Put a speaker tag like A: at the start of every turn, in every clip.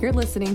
A: You're listening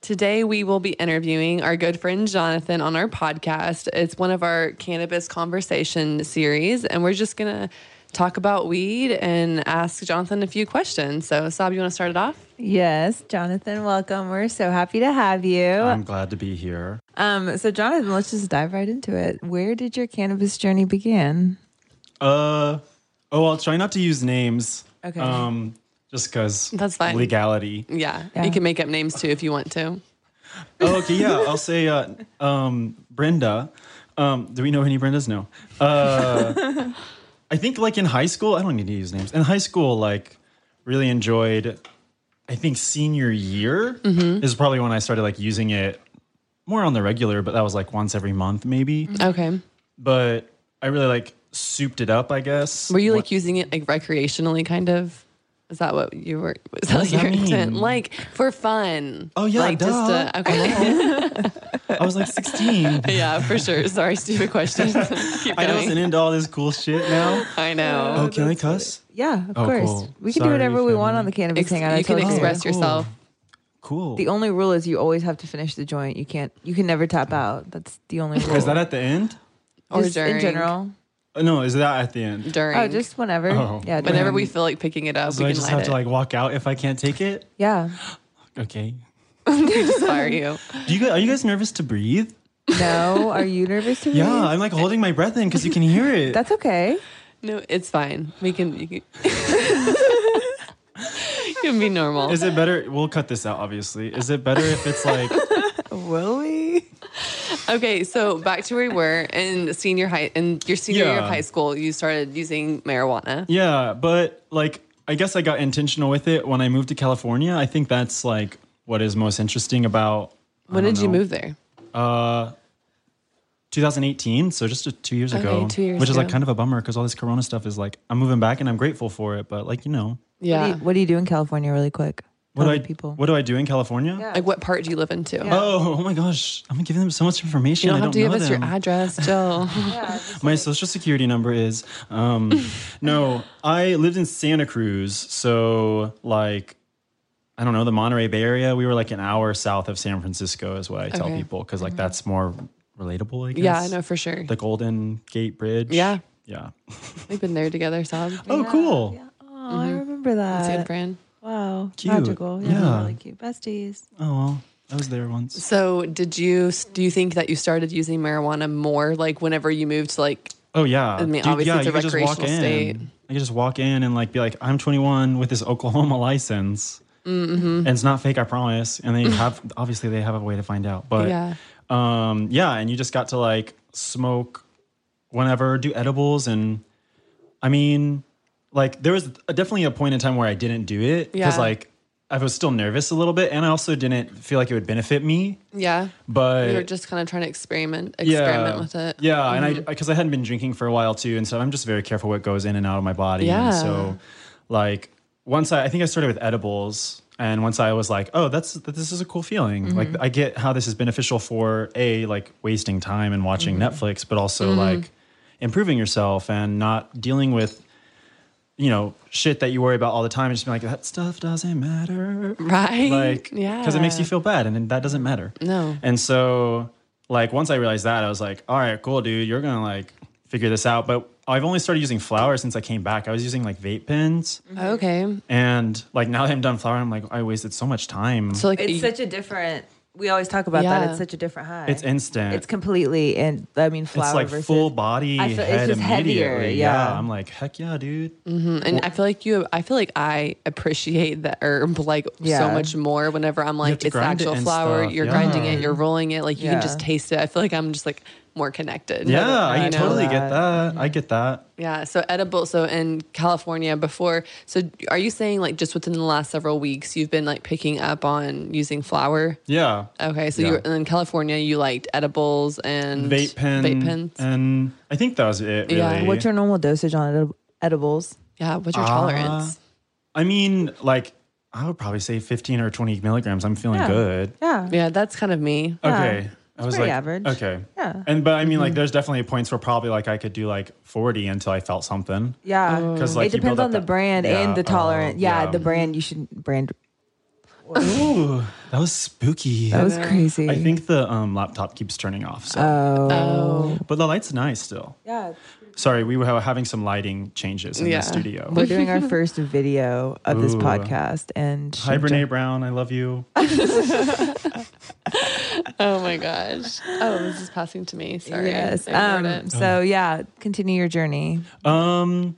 A: today we will be interviewing our good friend Jonathan on our podcast. It's one of our cannabis conversation series, and we're just going to talk about weed and ask Jonathan a few questions. So, Saab, you want to start it off?
B: Yes, Jonathan, welcome. We're so happy to have you.
C: I'm glad to be here.
B: Um, so, Jonathan, let's just dive right into it. Where did your cannabis journey begin?
C: Uh oh, I'll try not to use names.
B: Okay.
C: Um, just because
A: That's fine.
C: Legality.
A: Yeah.
B: Yeah.
A: You can make up names too if you want to.
C: Oh, okay, yeah. I'll say uh, um, Brenda. Um, do we know any Brendas? No. Uh, I think like in high school, I don't need to use names. In high school, like really enjoyed. I think senior year
A: Mm-hmm.
C: is probably when I started like using it more on the regular, but that was like once every month maybe.
A: Mm-hmm. Okay.
C: But I really like souped it up, I guess.
A: Were you
C: What-
A: like using it like recreationally, kind of? Is that what you were? Was that
C: does
A: your
C: that
A: intent?
C: mean?
A: Like for fun?
C: Oh, yeah,
A: like
C: duh.
A: to, okay,
C: I was like 16.
A: yeah, for sure. Sorry, stupid question. Keep
C: I
A: going.
C: wasn't into all this cool shit now.
A: I know.
C: Oh, can I cuss?
B: Yeah, of
C: Oh,
B: course.
C: cool.
B: We can do
C: Sorry,
B: whatever we want
C: family.
B: on the cannabis
A: Ex-
B: hangout. I
A: you can
B: told
A: express
C: Cool.
A: yourself.
C: Cool.
B: The only rule is you always have to finish the joint. You can't. You can never tap out. That's the only rule.
C: is that at the end?
A: Or
B: Just
A: during.
B: in general?
C: Uh, No, is that at the end?
A: During.
B: Oh, just whenever.
C: Oh.
B: Yeah,
A: whenever
B: during.
A: we feel like picking it up,
C: So
A: we
C: I
A: can
C: just
A: light
C: have
A: it.
C: to like walk out if I can't take it?
B: Yeah.
C: Okay.
A: inspire you.
C: Do you guys, are you guys nervous to breathe?
B: No. Are you nervous? To
C: Yeah,
B: breathe?
C: I'm like holding my breath in because you can hear it.
B: Mm-hmm. That's okay.
A: No, it's fine. We can. You can, you can be normal.
C: is it better? We'll cut this out, obviously. Is it better if it's like,
B: Will we?
A: Okay, so back to where we were in senior high, in your senior year of
C: Yeah.
A: high school, you started using marijuana.
C: yeah, but like, I guess I got intentional with it when I moved to California. I think that's like what is most interesting about. I
A: When
C: don't
A: did you
C: know.
A: move there?
C: Uh, 2018, so just uh, two years
A: Okay,
C: ago,
A: two years
C: which is like
A: ago.
C: kind of a bummer because all this Corona stuff is like I'm moving back and I'm grateful for it, but like you know,
B: What do
A: Yeah,
B: you, what do you do in California, really quick?
C: what
B: Tell
C: do I
B: the people?
C: what do I do in California?
B: Yeah.
A: like what part do you live in? Too?
C: Oh, oh my gosh, I'm giving them so much information.
A: You don't
C: I don't
A: have to give
C: know
A: us
C: them.
A: your address, Jill.
C: My social security number is um, no. I lived in Santa Cruz, so like I don't know the Monterey Bay Area. We were like an hour south of San Francisco, is what I tell
A: Okay. Mm-hmm.
C: people because like that's more relatable. I guess.
A: yeah, I know for sure.
C: the Golden Gate Bridge.
A: Yeah.
C: Yeah.
A: We've been there together, Sob. It's
C: Oh, cool.
B: Oh, I remember
A: good,
B: that.
A: Fran.
B: Wow.
C: Cute.
B: Magical. Yeah,
C: Yeah.
B: Really cute. Besties.
C: Oh, well, I was there once.
A: So, did you do you think that you started using marijuana more, like whenever you moved to like?
C: Oh yeah.
A: I mean, obviously
C: yeah,
A: it's a
C: you could just walk
A: recreational state.
C: in. I could just walk in and like be like, I'm 21 with this Oklahoma license, mm-hmm. and it's not fake, I promise. And they have obviously they have a way to find out, but
A: Yeah.
C: um, yeah, and you just got to like smoke whenever, do edibles, and I mean, like there was a- definitely a point in time where I didn't do it because
A: Yeah.
C: like I was still nervous a little bit, and I also didn't feel like it would benefit me.
A: Yeah,
C: But
A: you were just kind of trying to experiment, experiment with it. Mm-hmm.
C: yeah, and I because I hadn't been drinking for a while too, and so I'm just very careful what goes in and out of my body.
A: Yeah.
C: And so, like once I, I think I started with edibles, and once I was like, oh, that's that, this is a cool feeling.
A: Mm-hmm.
C: Like I get how this is beneficial for a like wasting time and watching
A: Mm-hmm.
C: Netflix, but also like improving yourself and not dealing with. You know, shit that you worry about all the time, and just be like, that stuff doesn't matter
A: Right?
C: like
A: yeah,
C: because it makes you feel bad and then that doesn't matter
A: No.
C: and so like once i realized that i was like all right cool dude you're gonna like figure this out but i've only started using flour since i came back i was using like vape pens
A: Okay,
C: and like now that i'm done flour i'm like i wasted so much time
A: so like
B: It's
A: you-
B: such a different We always talk about that.
A: Yeah.
B: It's such a different high.
C: It's instant.
B: It's completely and I mean flower
C: It's like
B: versus
C: full body
B: I feel- it's
C: head
B: just heavier,
C: immediately. yeah.
B: yeah.
C: I'm like, heck yeah, dude.
A: Mhm. And I feel like you. I feel like I appreciate the herb like
B: Yeah.
A: so much more whenever I'm
C: have
A: like
C: to
A: it's the
C: grind it
A: actual
C: and
A: flour.
C: stuff,
A: You're grinding
C: yeah.
A: it. You're rolling it. Like you
B: Yeah.
A: can just taste it. I feel like I'm just like more connected.
C: Yeah, I,
A: You know?
C: totally
B: that.
C: get that. I get that.
A: Yeah. So edible. So in California before. So are you saying like just within the last several weeks you've been like picking up on using flour?
C: Yeah.
A: Okay. So
C: Yeah.
A: you were in California. You liked edibles and
C: Vape pen.
A: Vape pens.
C: And I think that was it, really.
A: Yeah.
B: What's your normal dosage on edib- edibles?
A: yeah. What's your
C: Uh,
A: tolerance?
C: I mean, like, I would probably say 15 or 20 milligrams. I'm feeling
B: Yeah.
C: good.
B: Yeah.
A: Yeah. That's kind of me.
B: Yeah.
C: Okay. I was
B: pretty
C: like,
B: average.
C: okay.
B: Yeah. Mm-hmm.
C: And, but I mean, like, there's definitely points where probably like I could do like 40 until I felt something.
B: Yeah.
C: 'Cause, like,
B: it
C: you build
B: depends
C: up
B: on the
C: that-
B: brand
C: Yeah,
B: and the
C: oh,
B: tolerance. yeah,
C: yeah.
B: the brand you should brand.
C: Ooh, that was spooky.
B: That was crazy.
C: I think the um, laptop keeps turning off. So,
B: Uh,
A: Oh.
C: but the light's nice still.
B: Yeah.
C: Sorry, we were having some lighting changes in
A: Yeah.
C: the studio.
B: We're doing our first video of this
C: Ooh.
B: podcast and
C: Hi, Brene Brown. I love you.
A: Oh my gosh. Oh, this is passing to me. Sorry.
B: Yes.
A: I
B: Um,
A: ignored it.
C: Oh.
B: so yeah, continue your journey.
C: Um,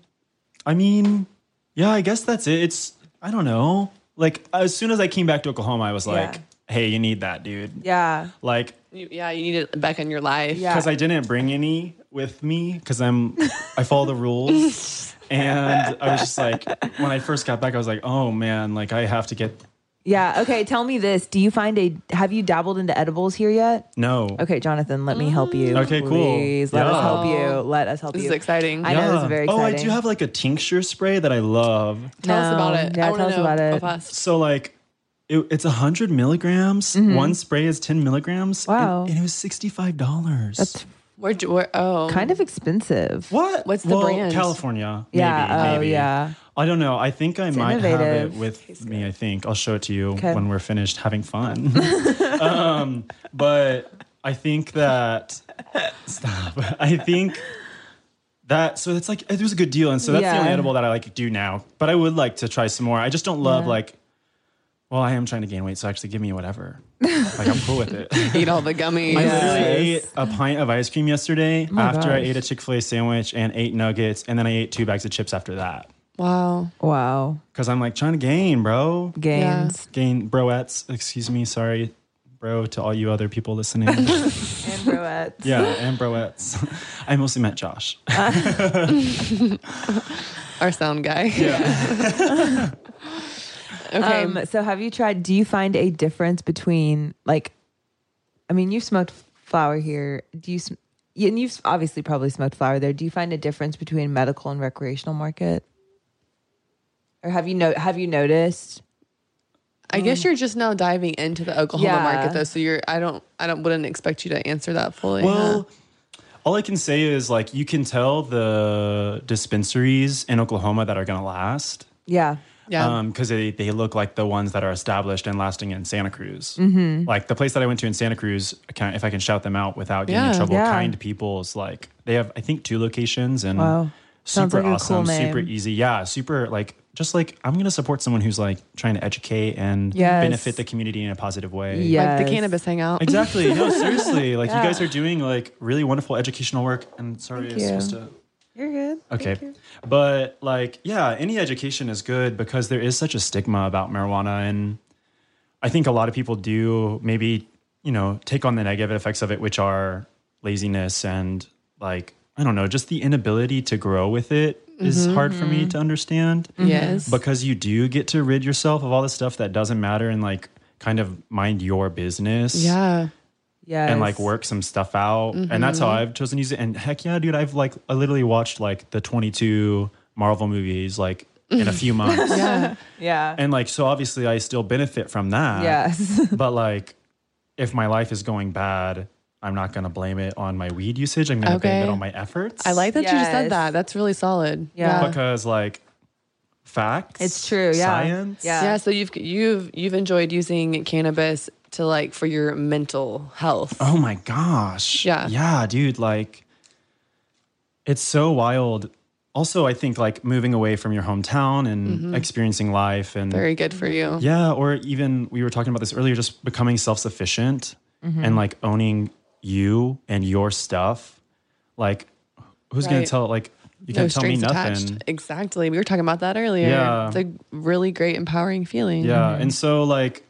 C: I mean, yeah, I guess that's it. It's I don't know. Like as soon as I came back to Oklahoma, I was like, "Hey, you need that, dude."
B: Yeah.
C: Like
A: You- yeah, you need it back in your life.
B: Yeah.
C: because I didn't bring any with me because I'm I follow the rules, and I was just like, when I first got back, I was like, "Oh man, like I have to get
B: Yeah. Okay. Tell me this. Do you find a, have you dabbled into edibles here yet?
C: no."
B: Okay, Jonathan, let me help you.
C: Mm. Okay, cool.
B: Please let us
C: Yeah.
B: help you. Let us help
A: This
B: you.
A: is exciting.
B: I know this is very exciting.
C: Oh, I do have like a tincture spray that I love.
A: Tell us
B: No.
A: about it.
B: Yeah,
A: I wanna
B: tell us
A: know.
B: about it.
A: Go fast.
C: So like. It, it's 100 milligrams. One spray is 10 milligrams. and-
B: Mm-hmm. Wow.
C: And, it was $65.
B: That's
A: Where, do- where, oh.
B: kind of expensive.
C: What?
A: What's the
C: well,
A: brand?
C: California. Maybe,
B: Yeah, oh,
C: maybe.
B: yeah.
C: I don't know. I think I might have
B: innovative.
C: it with me. I think I'll show it to you
B: Okay.
C: when we're finished having fun. um, but I think that stop. I think that so it's like it was a good deal, and so that's the only
B: Yeah.
C: edible that I like do now. But I would like to try some more. I just don't love
B: Yeah.
C: like. Well, I am trying to gain weight, so actually give me whatever. like I'm cool with it.
A: Eat all the gummies.
C: I
B: Yeah.
C: literally
B: Yes. Oh
C: ate a pint of ice cream yesterday after I
B: gosh.
C: ate a Chick fil A sandwich and eight nuggets. And then I ate two bags of chips after that.
A: Wow.
B: Wow.
C: Cause I'm like trying to gain, bro.
B: Gains.
C: Gain, broettes. Excuse me. Sorry, bro, to all you other people listening.
B: And roettes.
C: yeah, and broettes. I mostly met Josh.
A: Our sound guy. okay.
B: Um, so have you tried, do you find a difference between like, I mean, you've smoked flower here. Do you, sm- yeah, and you've obviously probably smoked flower there. Do you find a difference between medical and recreational market? Or have you no, have you noticed?
A: I guess you're just now diving into the Oklahoma
B: mm. Yeah.
A: market though, so you're. I don't. I don't. Wouldn't expect you to answer that fully.
C: Well, all I can say is like you can tell the dispensaries in Oklahoma that are gonna last.
B: Yeah.
A: Yeah.
C: because Um, they, they look like the ones that are established and lasting in Santa Cruz.
B: Mm-hmm.
C: Like the place that I went to in Santa Cruz, can, if I can shout them out without getting in
A: Yeah.
C: trouble,
B: Yeah.
C: Kind People's like they have I think two locations and
B: Wow. Sounds
C: super
B: like a cool
C: awesome, super
B: name.
C: easy, yeah, super like just like I'm gonna support someone who's like trying to educate and
B: Yes.
C: benefit the community in a positive way.
B: Yeah.
A: like
B: yes.
A: the cannabis hangout.
C: Exactly. No, seriously. Like you guys are doing like really wonderful educational work. And sorry, I was
B: you.
C: supposed to
B: You're good.
C: Okay. But like, yeah, any education is good because there is such a stigma about marijuana. And I think a lot of people do maybe, you know, take on the negative effects of it, which are laziness and like, I don't know, just the inability to grow with it is hard for me to understand
A: Mm-hmm. Yes.
C: because you do get to rid yourself of all the stuff that doesn't matter and like kind of mind your business
A: yeah.
B: Yeah.
C: and like work some stuff out. And that's how
A: Mm-hmm.
C: I've chosen to use it. And heck yeah, dude, I've like I literally watched like the 22 Marvel movies like in a few months.
A: Yeah.
B: Yeah.
C: And uh, like so obviously I still benefit from that.
B: yes.
C: But like if my life is going bad, I'm not going to blame it on my weed usage. I'm going to blame it
A: Okay.
C: on my efforts.
A: I like that you just
B: Yes.
A: said that. That's really solid.
B: Yeah.
C: because like facts.
B: It's true, yeah.
C: Science.
B: Yeah.
A: yeah so you've you've you've enjoyed using cannabis to like for your mental health
C: Oh my gosh.
A: Yeah.
C: Yeah, dude. Like, it's so wild. also I think like moving away from your hometown and experiencing life and
A: Mm-hmm. Very good for you.
C: yeah, or even we were talking about this earlier, just becoming self sufficient
A: Mm-hmm.
C: and like owning you and your stuff. Like, who's gonna
A: Right.
C: tell? Like, you
A: no
C: can't tell me
A: strings
C: nothing.
A: attached. Exactly. We were talking about that earlier.
C: Yeah.
A: It's a really great empowering feeling.
C: Yeah, and so like,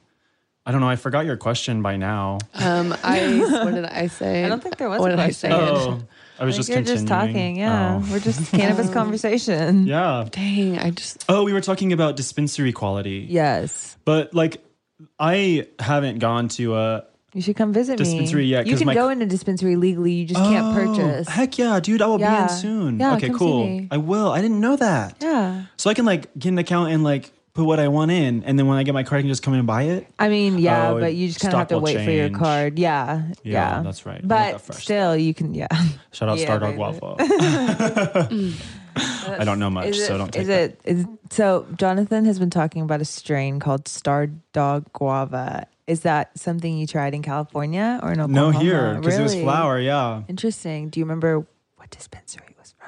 C: I don't know. I forgot your question by now.
A: Um, I what did I say?
B: I don't think there was
A: What
B: a
A: did I say?
B: question.
C: Oh, I was
B: Like,
C: just
B: you're just
C: continuing.
B: talking. Yeah,
C: Oh.
B: we're just cannabis conversation.
C: Yeah.
A: Dang, I just
C: Oh, we were talking about dispensary quality.
B: Yes,
C: But like, I haven't gone to a.
B: you should come visit
C: Dispensary,
B: me.
C: yeah,
B: you
C: 'cause
B: can
C: my-
B: go into dispensary legally. You just can't
C: Oh,
B: purchase.
C: Heck yeah, dude! I will
B: Yeah.
C: be in soon.
B: Yeah,
C: okay,
B: come see
C: cool.
B: me.
C: I will. I didn't know that.
B: yeah,
C: So I can like get an account and like put what I want in, and then when I get my card, I can just come in and buy it.
B: I mean, yeah,
C: Oh,
B: but you just kind of
C: stock
B: have to
C: will
B: wait for your
C: change.
B: card. Yeah, yeah,
C: Yeah, that's right. I got
B: But
C: that first.
B: still, you can. Yeah,
C: Shout out
B: Yeah,
C: Stardog
B: baby.
C: Waffle. I don't know much,
B: Is
C: so
B: it-
C: don't take
B: is
C: that.
B: it is so jonathan has been talking about a strain called star dog guava is that something you tried in california or in
C: No,
B: Oklahoma?
C: here because it was
B: Really?
C: flour. Yeah.
B: interesting do you remember what dispensary it was from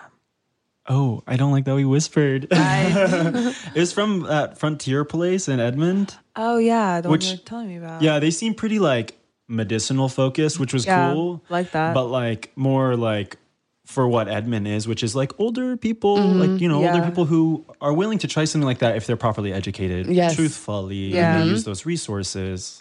C: Oh, I don't like that we whispered. it
B: I,
C: was from that Frontier place in Edmond.
B: oh yeah the
C: Which-
B: one you were telling me about
C: Yeah, they seem pretty like medicinal focused, which was
B: Yeah,
C: cool.
B: like that.
C: But like more like for what Edmond is, which is like older people, like you know, older
B: Mm-hmm. yeah.
C: people who are willing to try something like that if they're properly educated,
A: Yes.
C: truthfully,
B: Yeah. Mm-hmm.
C: and they use those resources.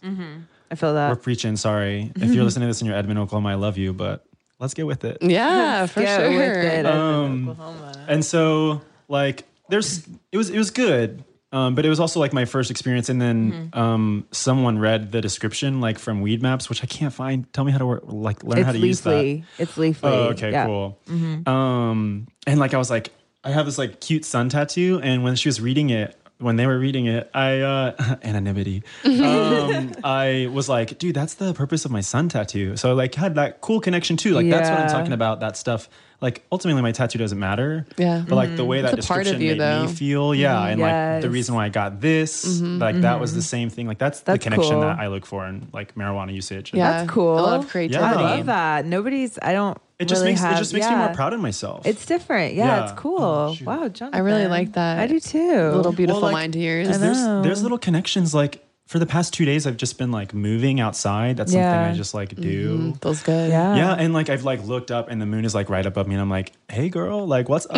B: i feel
C: We're
B: that
C: preaching. Sorry if
B: Mm-hmm.
C: you're listening to this in your Edmond, Oklahoma. I love you, but let's get with it.
A: yeah, for
B: Yeah,
A: sure.
B: with it. I've been to
C: Um,
B: Oklahoma.
C: And so, like, there's it was it was good, um, but it was also like my first experience. And then
B: Mm-hmm.
C: um, someone read the description like from Weed Maps, which I can't find. Tell me how to work, like learn
B: it's
C: how to use that.
B: leafly it's leafly
C: Oh, okay,
B: yeah. Mm-hmm.
C: cool. Um, and like I was like, I have this like cute sun tattoo, and when she was reading it, when they were reading it, I uh, anonymity. Um, I was like, dude, that's the purpose of my sun tattoo. So I like had that cool connection too. Like that's what I'm
B: Yeah.
C: talking about. That stuff. Like ultimately, my tattoo doesn't matter.
A: Yeah.
C: But like the
B: Mm-hmm.
C: way that
A: It's a part
C: description
A: of you,
C: made
A: though.
C: me feel, yeah, and like the
B: Yes. Mm-hmm.
C: reason why I got this, like that was the same thing. Like that's, the
B: That's
C: connection
B: cool.
C: that I look for in like marijuana usage. And
A: Yeah.
B: that's cool
A: I love creativity.
B: i love that nobody's i don't
C: It just
B: really
C: makes
B: have-
C: it just makes me
B: yeah.
C: more proud of myself.
B: It's different. Yeah,
C: Yeah.
B: it's cool.
C: Oh, shoot.
B: wow, Jonathan.
A: I really like that.
B: I do too.
A: Little beautiful
C: like,
A: mind of yours.
C: 'cause There's
B: know.
C: there's little connections like for the past two days I've just been like moving outside. That's
B: Yeah.
C: something I just like do.
A: Feels good.
B: Yeah.
C: Yeah, and like I've like looked up and the moon is like right above me and I'm like, hey girl, like what's up?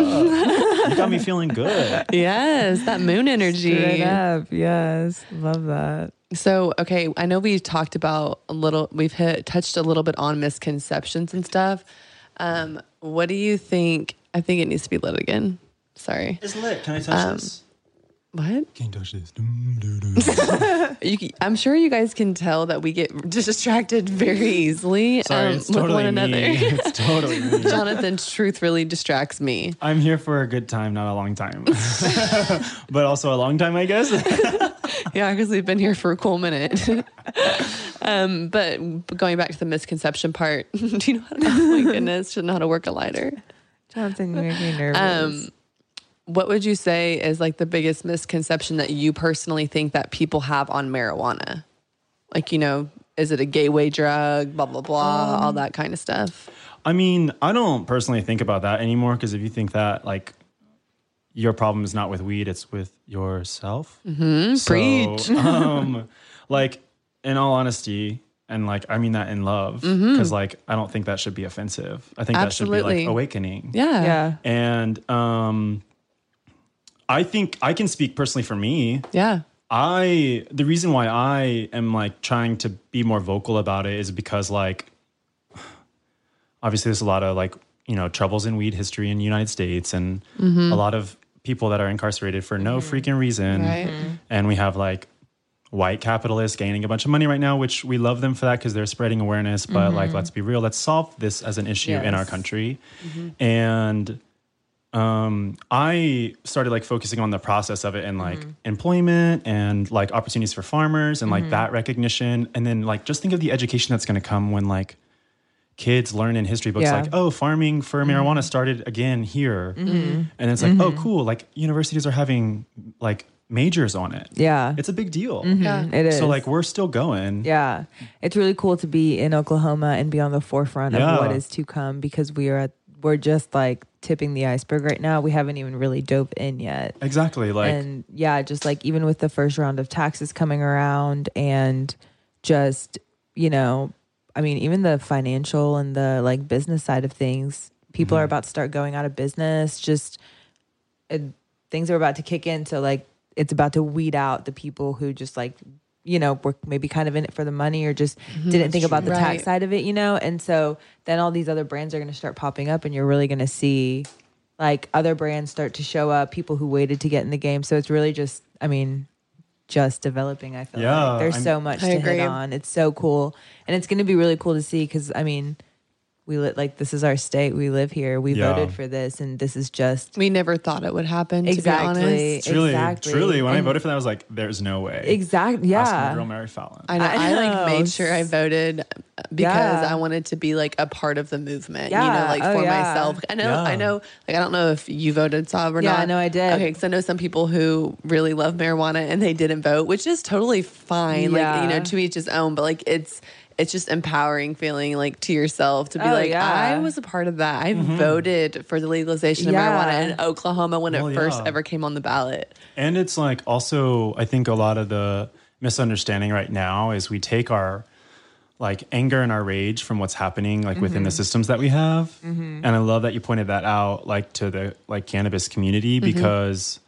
C: you got me feeling good.
A: Yes, that moon
B: Straight
A: energy.
B: up. Yes. Love that.
A: So, okay, I know we talked about a little, we've hit, touched a little bit on misconceptions and stuff. Um, what do you think? I think it needs to be lit again. Sorry.
C: It's lit. Can I touch
A: Um,
C: this?
A: What?
C: Can you touch this? Dum, doo, doo.
A: You, c- I'm sure you guys can tell that we get distracted very easily
C: Sorry,
A: um,
C: it's totally
A: with one
C: me.
A: another.
C: It's totally me.
A: Jonathan's truth really distracts me.
C: I'm here for a good time, not a long time. but also a long time, I guess.
A: Yeah, because we've been here for a cool minute. um, but going back to the misconception part, do you know how to, oh my goodness, should know how to work a lighter?
B: Jonathan, you make me nervous.
A: Um, what would you say is like the biggest misconception that you personally think that people have on marijuana? Like, you know, is it a gateway drug, blah, blah, blah,
B: Um,
A: all that kind of stuff?
C: I mean, I don't personally think about that anymore because if you think that, like, your problem is not with weed, it's with yourself. Mm-hmm. So,
A: Preach.
C: um, like, in all honesty, and like, I mean that in love because, like, I don't think that should be offensive. I think that should be
A: Mm-hmm. Absolutely.
C: like awakening.
A: Yeah.
B: yeah.
C: And um, I think I can speak personally for me.
A: Yeah.
C: I the reason why I am like trying to be more vocal about it is because like obviously there's a lot of like you know troubles in weed history in the United States and a lot of people that are incarcerated for no freaking reason
A: Right. Mhm.
C: and we have like white capitalists gaining a bunch of money right now which we love them for that because they're spreading awareness but like let's be real let's solve this as an issue in our
B: Yes.
C: country and um, I started like focusing on the process of it and like
B: Mm-hmm.
C: employment and like opportunities for farmers and like that recognition. And then like just think of the education that's going to come when like kids learn in history books,
B: Yeah. Mm-hmm.
C: like, oh, farming for marijuana started again here. And it's like, oh, cool. Like universities are having like majors on it.
B: Yeah.
C: It's a big deal.
A: Yeah.
B: Mm-hmm. It is.
C: So like we're still going.
B: yeah. It's really cool to be in Oklahoma and be on the forefront
C: Yeah.
B: of what is to come because we are at, we're just like tipping the iceberg right now. We haven't even really dove in yet.
C: Exactly. Like
B: and yeah, just like even with the first round of taxes coming around and just, you know, I mean, even the financial and the like business side of things, people are about to start going out of business. Just uh, things are about to kick in. So, like, it's about to weed out the people who just like, you know, were maybe kind of in it for the money or just didn't think about the
A: Right.
B: tax side of it, you know? And so then all these other brands are going to start popping up and you're really going to see like other brands start to show up, people who waited to get in the game. So it's really just, I mean, just developing. I feel
C: Yeah,
B: like there's
C: I'm-
B: so much
A: I
B: to
A: agree.
B: hit on. It's so cool, and it's going to be really cool to see because I mean, we lit like this is our state. We live here. We
C: Yeah.
B: voted for this, and this is just
A: We never thought it would happen, to be
B: Exactly.
A: honest.
C: truly,
B: exactly.
C: truly, when
B: And-
C: I voted for that, I was like, "There's no way."
B: exactly
C: Ask me to
B: yeah.
C: grill Mary Fallon.
A: I, know,
B: I
A: I,
B: know.
A: like made sure I voted because
B: Yeah.
A: I wanted to be like a part of the movement, you
B: Yeah.
A: know, like
B: Oh,
A: for
B: yeah.
A: myself. I know, I
C: Yeah.
A: know, like I don't know if you voted Saab or
B: Yeah,
A: not.
B: I know I did.
A: Okay, because I know some people who really love marijuana and they didn't vote, which is totally fine. Like
B: Yeah.
A: you know, to each his own. But like it's it's just empowering feeling like to yourself to be
B: Oh,
A: like,
B: yeah.
A: I was a part of that. I
C: Mm-hmm.
A: voted for the legalization of
B: Yeah.
A: marijuana in Oklahoma when
C: Well,
A: it first
C: yeah.
A: ever came on the ballot.
C: And it's like also, I think a lot of the misunderstanding right now is we take our like anger and our rage from what's happening like within
A: Mm-hmm.
C: the systems that we have. And I love that you pointed that out like to the like cannabis community
A: Mm-hmm.
C: because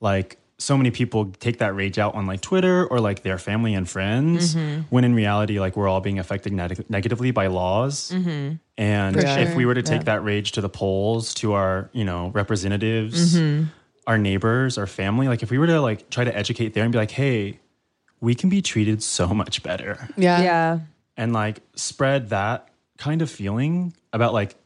C: like so many people take that rage out on like Twitter or like their family and friends
A: Mm-hmm.
C: when in reality like we're all being affected neg- negatively by laws. And
A: Mm-hmm. For
C: if
A: sure.
C: we were to take that rage to the polls to our, you know, representatives,
A: Mm-hmm.
C: our neighbors, our family, like if we were to like try to educate there and be like, "Hey, we can be treated so much better."
A: Yeah.
B: yeah.
C: and like spread that kind of feeling about like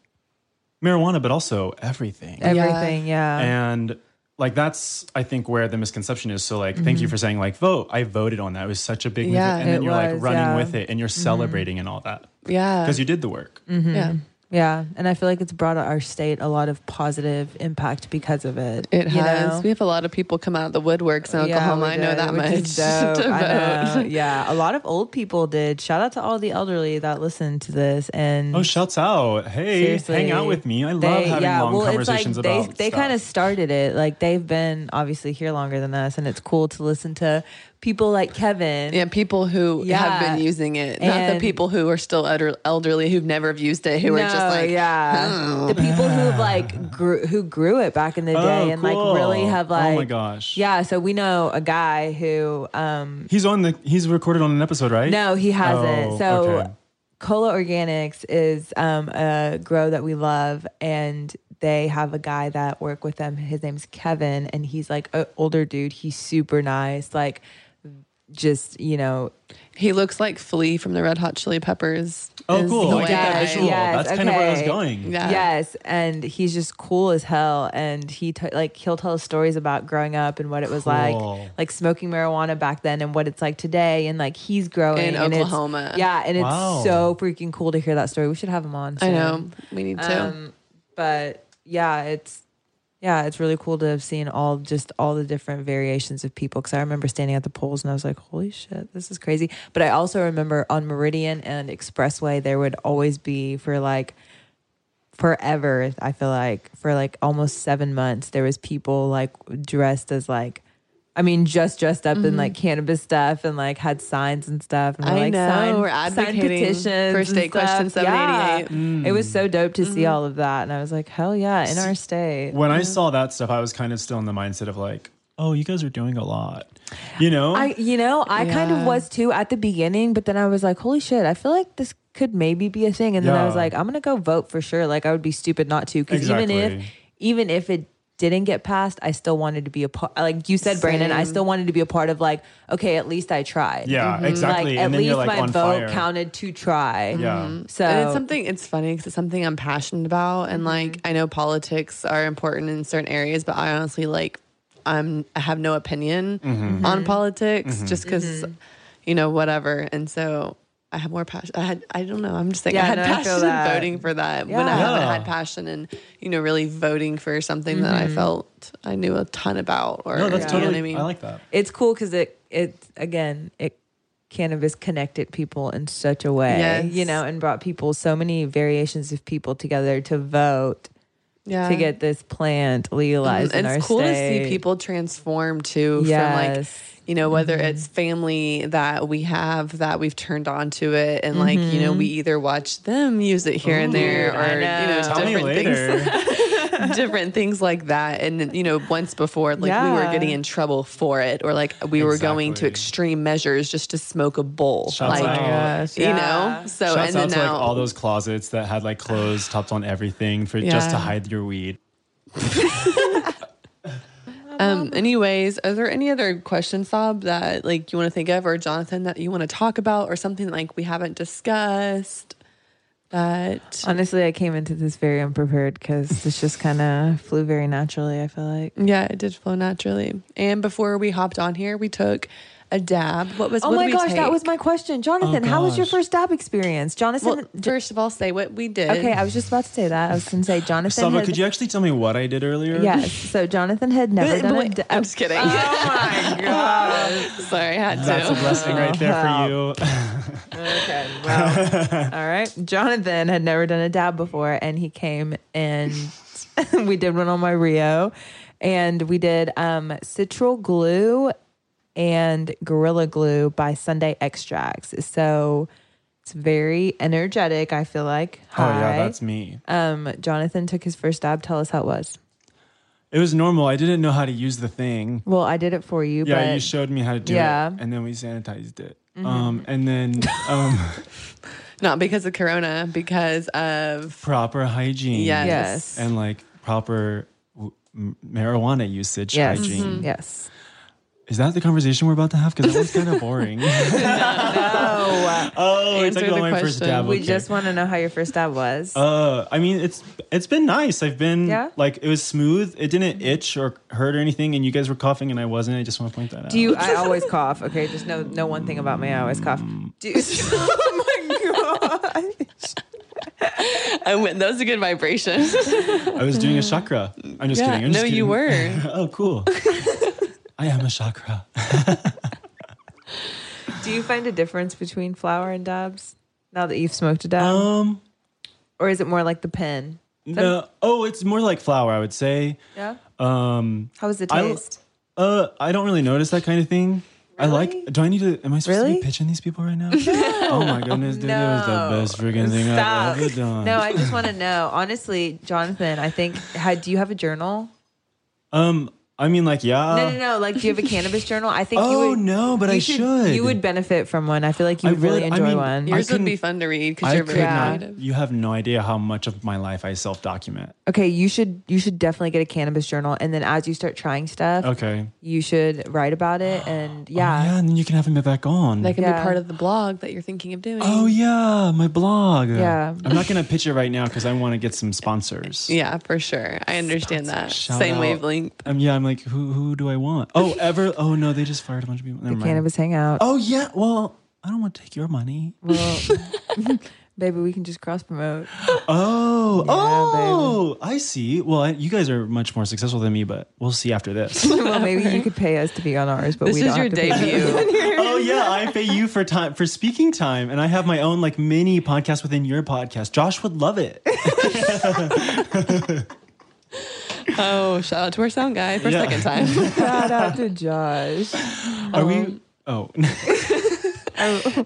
C: marijuana, but also everything.
B: Everything, yeah.
C: and like that's I think where the misconception is. So like thank you for saying like vote. I voted on that. It was such a big
A: Yeah,
C: movement. And then
B: Mm-hmm. it
C: you're
B: was,
C: like running
B: yeah. Mm-hmm.
C: with it and you're celebrating and all that.
A: Yeah.
C: Because you did the work.
A: Yeah.
B: Yeah, and I feel like it's brought our state a lot of positive impact because of it.
A: It
B: you
A: has.
B: know?
A: We have a lot of people come out of the woodworks in
B: Yeah,
A: Oklahoma.
B: we
A: I know
B: did,
A: that
B: which
A: much.
B: is dope.
A: to
B: I
A: vote.
B: know. Yeah, a lot of old people did. Shout out to all the elderly that listened to this and
C: Oh, shouts out. Hey, hang out
B: seriously,
C: with me. I love
B: they-
C: having long
B: it's like
C: conversations
B: they,
C: about
B: They
C: stuff.
B: kind of started it. Like they've been obviously here longer than us, and it's cool to listen to people like Kevin.
A: Yeah, people who have
B: Yeah.
A: been using it, not the
B: And-
A: people who are still elder- elderly who've never have used it, who are
B: No,
A: just like, "Oh."
B: yeah, the people who have like grew, who grew it back in the day
C: Oh,
B: and like really
C: cool.
B: have
C: Oh my
B: like
C: gosh.
B: yeah. So we know a guy who um
C: He's on the he's recorded on an episode, right?
B: No, he hasn't.
C: Oh,
B: so
C: okay.
B: Cola Organics is um, a grow that we love, and they have a guy that work with them. His name's Kevin, and he's like an older dude. He's super nice, like just you know,
A: he looks like Flea from the Red Hot Chili Peppers.
C: Oh
A: is
C: cool.
A: the
C: I get that
A: way-
C: visual.
B: Yes,
C: That's kind of where I was
B: okay.
C: going.
A: Yeah.
B: Yes, and he's just cool as hell, and he t- like he'll tell us stories about growing up and what it was
C: Cool.
B: like, like smoking marijuana back then, and what it's like today, and like he's growing
A: In
B: and it's-
A: Oklahoma.
B: yeah, and
C: Wow.
B: it's so freaking cool to hear that story. We should have him on.
A: I
B: soon.
A: know. We need to.
B: Um, but yeah, it's yeah, it's really cool to have seen all just all the different variations of people. Because I remember standing at the polls and I was like, "Holy shit, this is crazy!" But I also remember on Meridian and Expressway, there would always be for like forever. I feel like for like almost seven months, there was people like dressed as like. I mean, just dressed up in like cannabis stuff and like had signs and stuff. And
A: Mm-hmm. I
B: like,
A: know,
B: sign-
A: we're
B: sign
A: advocating
B: petitions
A: for
B: and
A: state
B: stuff.
A: question 788.
B: Yeah. It was so dope to
C: Mm-hmm.
B: see all of that. And I was like, hell yeah, in our state.
C: When I saw that stuff, I was kind of still in the mindset of like, oh, you guys are doing a lot. You know?
B: I, you know, I kind of
A: Yeah.
B: was too at the beginning, but then I was like, holy shit, I feel like this could maybe be a thing. And then I was
C: Yeah.
B: like, I'm going to go vote for sure. Like, I would be stupid not to. Because even if,
C: Exactly.
B: even if it, didn't get passed. I still wanted to be a part. Like you said, Brandon, I
A: Same.
B: still wanted to be a part of. Like, okay, at least I tried.
C: yeah, exactly.
B: Like, at
C: and then
B: least
C: you're like
B: my
C: on
B: vote mm-hmm,
C: fire.
B: counted to try.
C: Yeah.
B: So Mm-hmm.
A: and it's something it's funny because it's something i'm passionate about and like i know politics are important in certain areas but i honestly like i'm i have no opinion
C: Mm-hmm.
A: on
B: Mm-hmm.
A: politics just because you know whatever and so i have more passion i had i don't know i'm just saying i
B: Yeah,
A: had
B: no, I feel
A: passion in
B: that.
A: voting for that when i
B: Yeah.
A: haven't
C: Yeah.
A: had passion in you know really voting for something that
B: Mm-hmm.
A: i felt i knew a ton about or
C: No, that's
A: you know
C: totally.
A: what i mean
C: I like that.
B: it's cool because it it again it cannabis connected people in such a way
A: Yes.
B: you know and brought people so many variations of people together to vote
A: Yeah.
B: to get this plant legalized in our
A: Mm, it's cool
B: state.
A: to see people transform too from like
B: Yes. Mm-hmm.
A: you know whether it's family that we have that we've turned on to it and like you know we either watch them use it here and there
B: Mm-hmm. Ooh, I
A: or
B: know.
A: you know
C: Tell me
A: different
C: later.
A: things different things like that and you know once before like we were
B: Yeah.
A: getting in trouble for it or like we were going to
C: Exactly.
A: extreme measures just to smoke a bowl
C: Shouts
A: like
C: out. Oh my
B: gosh,
A: you
B: yeah.
A: know so
C: Shouts
A: and then
C: out to
A: now
C: like all those closets that had like clothes topped on everything for just to
A: Yeah.
C: hide your weed.
A: Um, anyways, are there any other questions, Sob, that like you want to think of, or Jonathan, that you want to talk about, or something like we haven't discussed? That
B: Honestly, I came into this very unprepared because this just kind of flew very naturally. I feel like.
A: um, yeah, it did flow naturally. And before we hopped on here, we took a dab. What was?
B: Oh
A: what
B: my
A: did
B: gosh,
A: we take?
B: that was my question, Jonathan.
C: Oh
B: how was your
C: gosh.
B: first dab experience, Jonathan?
A: Well, first of all, say what we did.
B: okay, I was just about to say that. I was going to say Jonathan.
C: Saba,
B: had-
C: could you actually tell me what I did earlier?
B: Yes. So Jonathan had never
A: But-
B: done a
A: but-
B: dab.
A: I'm just kidding.
B: my god.
A: Sorry, I had
C: That's a
A: to.
C: blessing right there for you. Oh,
B: Okay. Wow. All right. Jonathan had never done a dab before, and he came and we did one on my Rio, and we did um, citral glue and gorilla glue by Sunday Extracts. So it's very energetic. I feel like.
C: Oh yeah,
B: Hi.
C: that's me.
B: Um, Jonathan took his first dab. Tell us how it was.
C: It was normal. I didn't know how to use the thing.
B: Well, I did it for you.
C: Yeah,
B: but
C: you showed me how to do
B: Yeah. Mm-hmm.
C: it, and then we sanitized it. Um, and then um,
A: Not because of Corona, because of
C: proper hygiene.
A: Yes.
B: Yes.
C: And like proper w- m- marijuana usage
B: Yes. Mm-hmm.
C: hygiene.
B: Yes.
C: Is that the conversation we're about to have? Because that was kind of boring.
B: Oh,
C: oh, it's like
A: Answer the
C: my first
A: question.
C: dab.
B: we
C: okay.
B: just want to know how your first dab was.
C: Uh, I mean, it's it's been nice. I've been
B: Yeah?
C: like it was smooth. It didn't itch or hurt or anything. And you guys were coughing, and I wasn't. I just want to point that out.
B: Do you? I always cough. Okay, just know know one thing about me. I always cough. Do oh my god!
A: I went. That was a good vibration.
C: I was doing a chakra. I'm just
A: Yeah,
C: kidding. I'm just
A: no, you
C: kidding.
A: were.
C: oh, cool. I am a chakra.
B: Do you find a difference between flower and dabs now that you've smoked a dab,
C: Um,
B: or is it more like the pen?
C: no. Oh, it's more like flour. I would say.
B: Yeah.
C: Um,
B: How was the
C: I-
B: taste?
C: Uh, I don't really notice that kind of thing. I like.
B: Really?
C: Do I need to? Am I supposed to
B: Really?
C: be pitching these people right now? Oh my goodness, dude, that was the best freaking thing
B: Stop.
C: I've ever done.
B: No, I just want to know honestly, Jonathan. I think. How, do you have a journal?
C: um, I mean, like, yeah.
B: No, no, no. Like, do you have a cannabis journal? I think.
C: Um, Oh
B: you would,
C: no, but
B: you
C: I should.
B: You would benefit from one. I feel like you
C: I
B: would really
C: really- I
B: enjoy
C: mean,
B: one.
C: you're-
A: Yours would
C: couldn't-
A: be fun to read because
C: I
A: you're
C: could
A: very
B: Yeah.
A: creative.
C: not. You have no idea how much of my life I self document.
B: Okay, you should you should definitely get a cannabis journal, and then as you start trying stuff,
C: Okay.
B: you should write about it and
C: Oh,
B: yeah.
C: yeah, and then you can have me back on.
A: That can
B: Yeah.
A: be part of the blog that you're thinking of doing.
C: oh yeah, my blog.
B: Yeah.
C: I'm not gonna pitch it right now because I want to get some sponsors.
A: Yeah, for sure. I understand that.
C: Shout
A: Same
C: out.
A: wavelength.
C: Um, yeah, I'm like, who who do I want? Oh, ever? Oh no, they just fired a bunch of people. Never mind.
B: Cannabis hangout.
C: Oh yeah. Well, I don't want to take your money.
B: Well, baby, we can just cross promote.
C: Oh,
B: Yeah,
C: oh, I see. Well, I, you guys are much more successful than me, but we'll see after this.
B: well, maybe you could pay us to be on ours, but
A: This
B: we don't
A: is your
B: have to pay you.
A: debut.
C: oh yeah, I pay you for time for speaking time, and I have my own like mini podcast within your podcast. Josh would love it.
A: oh, shout out to our sound guy for a
C: Yeah.
A: second time.
B: Shout out to Josh.
C: Are
A: Um,
C: we? Oh,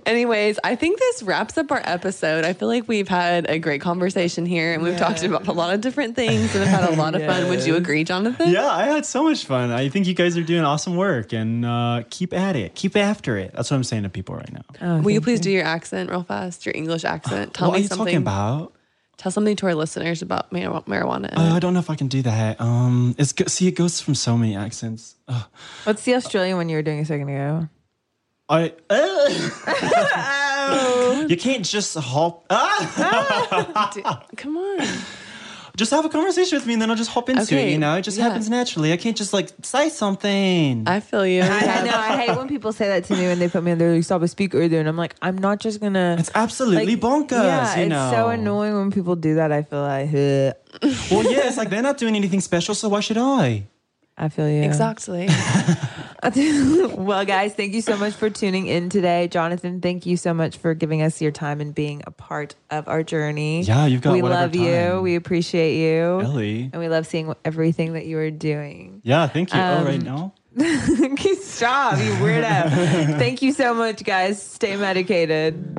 A: Anyways, I think this wraps up our episode. I feel like we've had a great conversation here and we've talked about a lot of different things and have had a lot of fun. Would you agree, Jonathan?
C: yeah, I had so much fun. I think you guys are doing awesome work, and uh, keep at it, keep after it. That's what I'm saying to people right now.
A: Will you please do your accent real fast, your English accent? Uh, Tell
C: Uh, what are
A: me
C: you
A: something.
C: talking about?
A: Tell something to our listeners about mar- marijuana.
C: Uh, I don't know if I can do that. Um, it's go- see, it goes from so many accents. Ugh.
B: What's the Australian one you were doing a second ago?
C: I. you can't just hop. Ah!
A: Do- Come on.
C: Just have a conversation with me, and then I'll just hop into it.
A: Okay,
C: You know, it just
A: yeah.
C: happens naturally. I can't just like say something.
A: I feel you.
B: I know. I hate when people say that to me when they put me in their like, stop a speak earlier, and I'm like, I'm not just gonna.
C: it's absolutely bonkers.
B: Yeah,
C: you
B: it's
C: know.
B: so annoying when people do that. I feel like "Huh."
C: Well, yeah, it's like they're not doing anything special, so why should I?
B: I feel you.
A: Exactly.
B: well, guys, thank you so much for tuning in today. Jonathan, thank you so much for giving us your time and being a part of our journey.
C: Yeah, you've got
B: We
C: whatever
B: love you.
C: time.
B: We appreciate you.
C: Ellie.
B: And we love seeing everything that you are doing.
C: Yeah, thank you. oh, right
B: Um,
C: now.
B: Stop, you weirdo. thank you so much, guys. Stay medicated.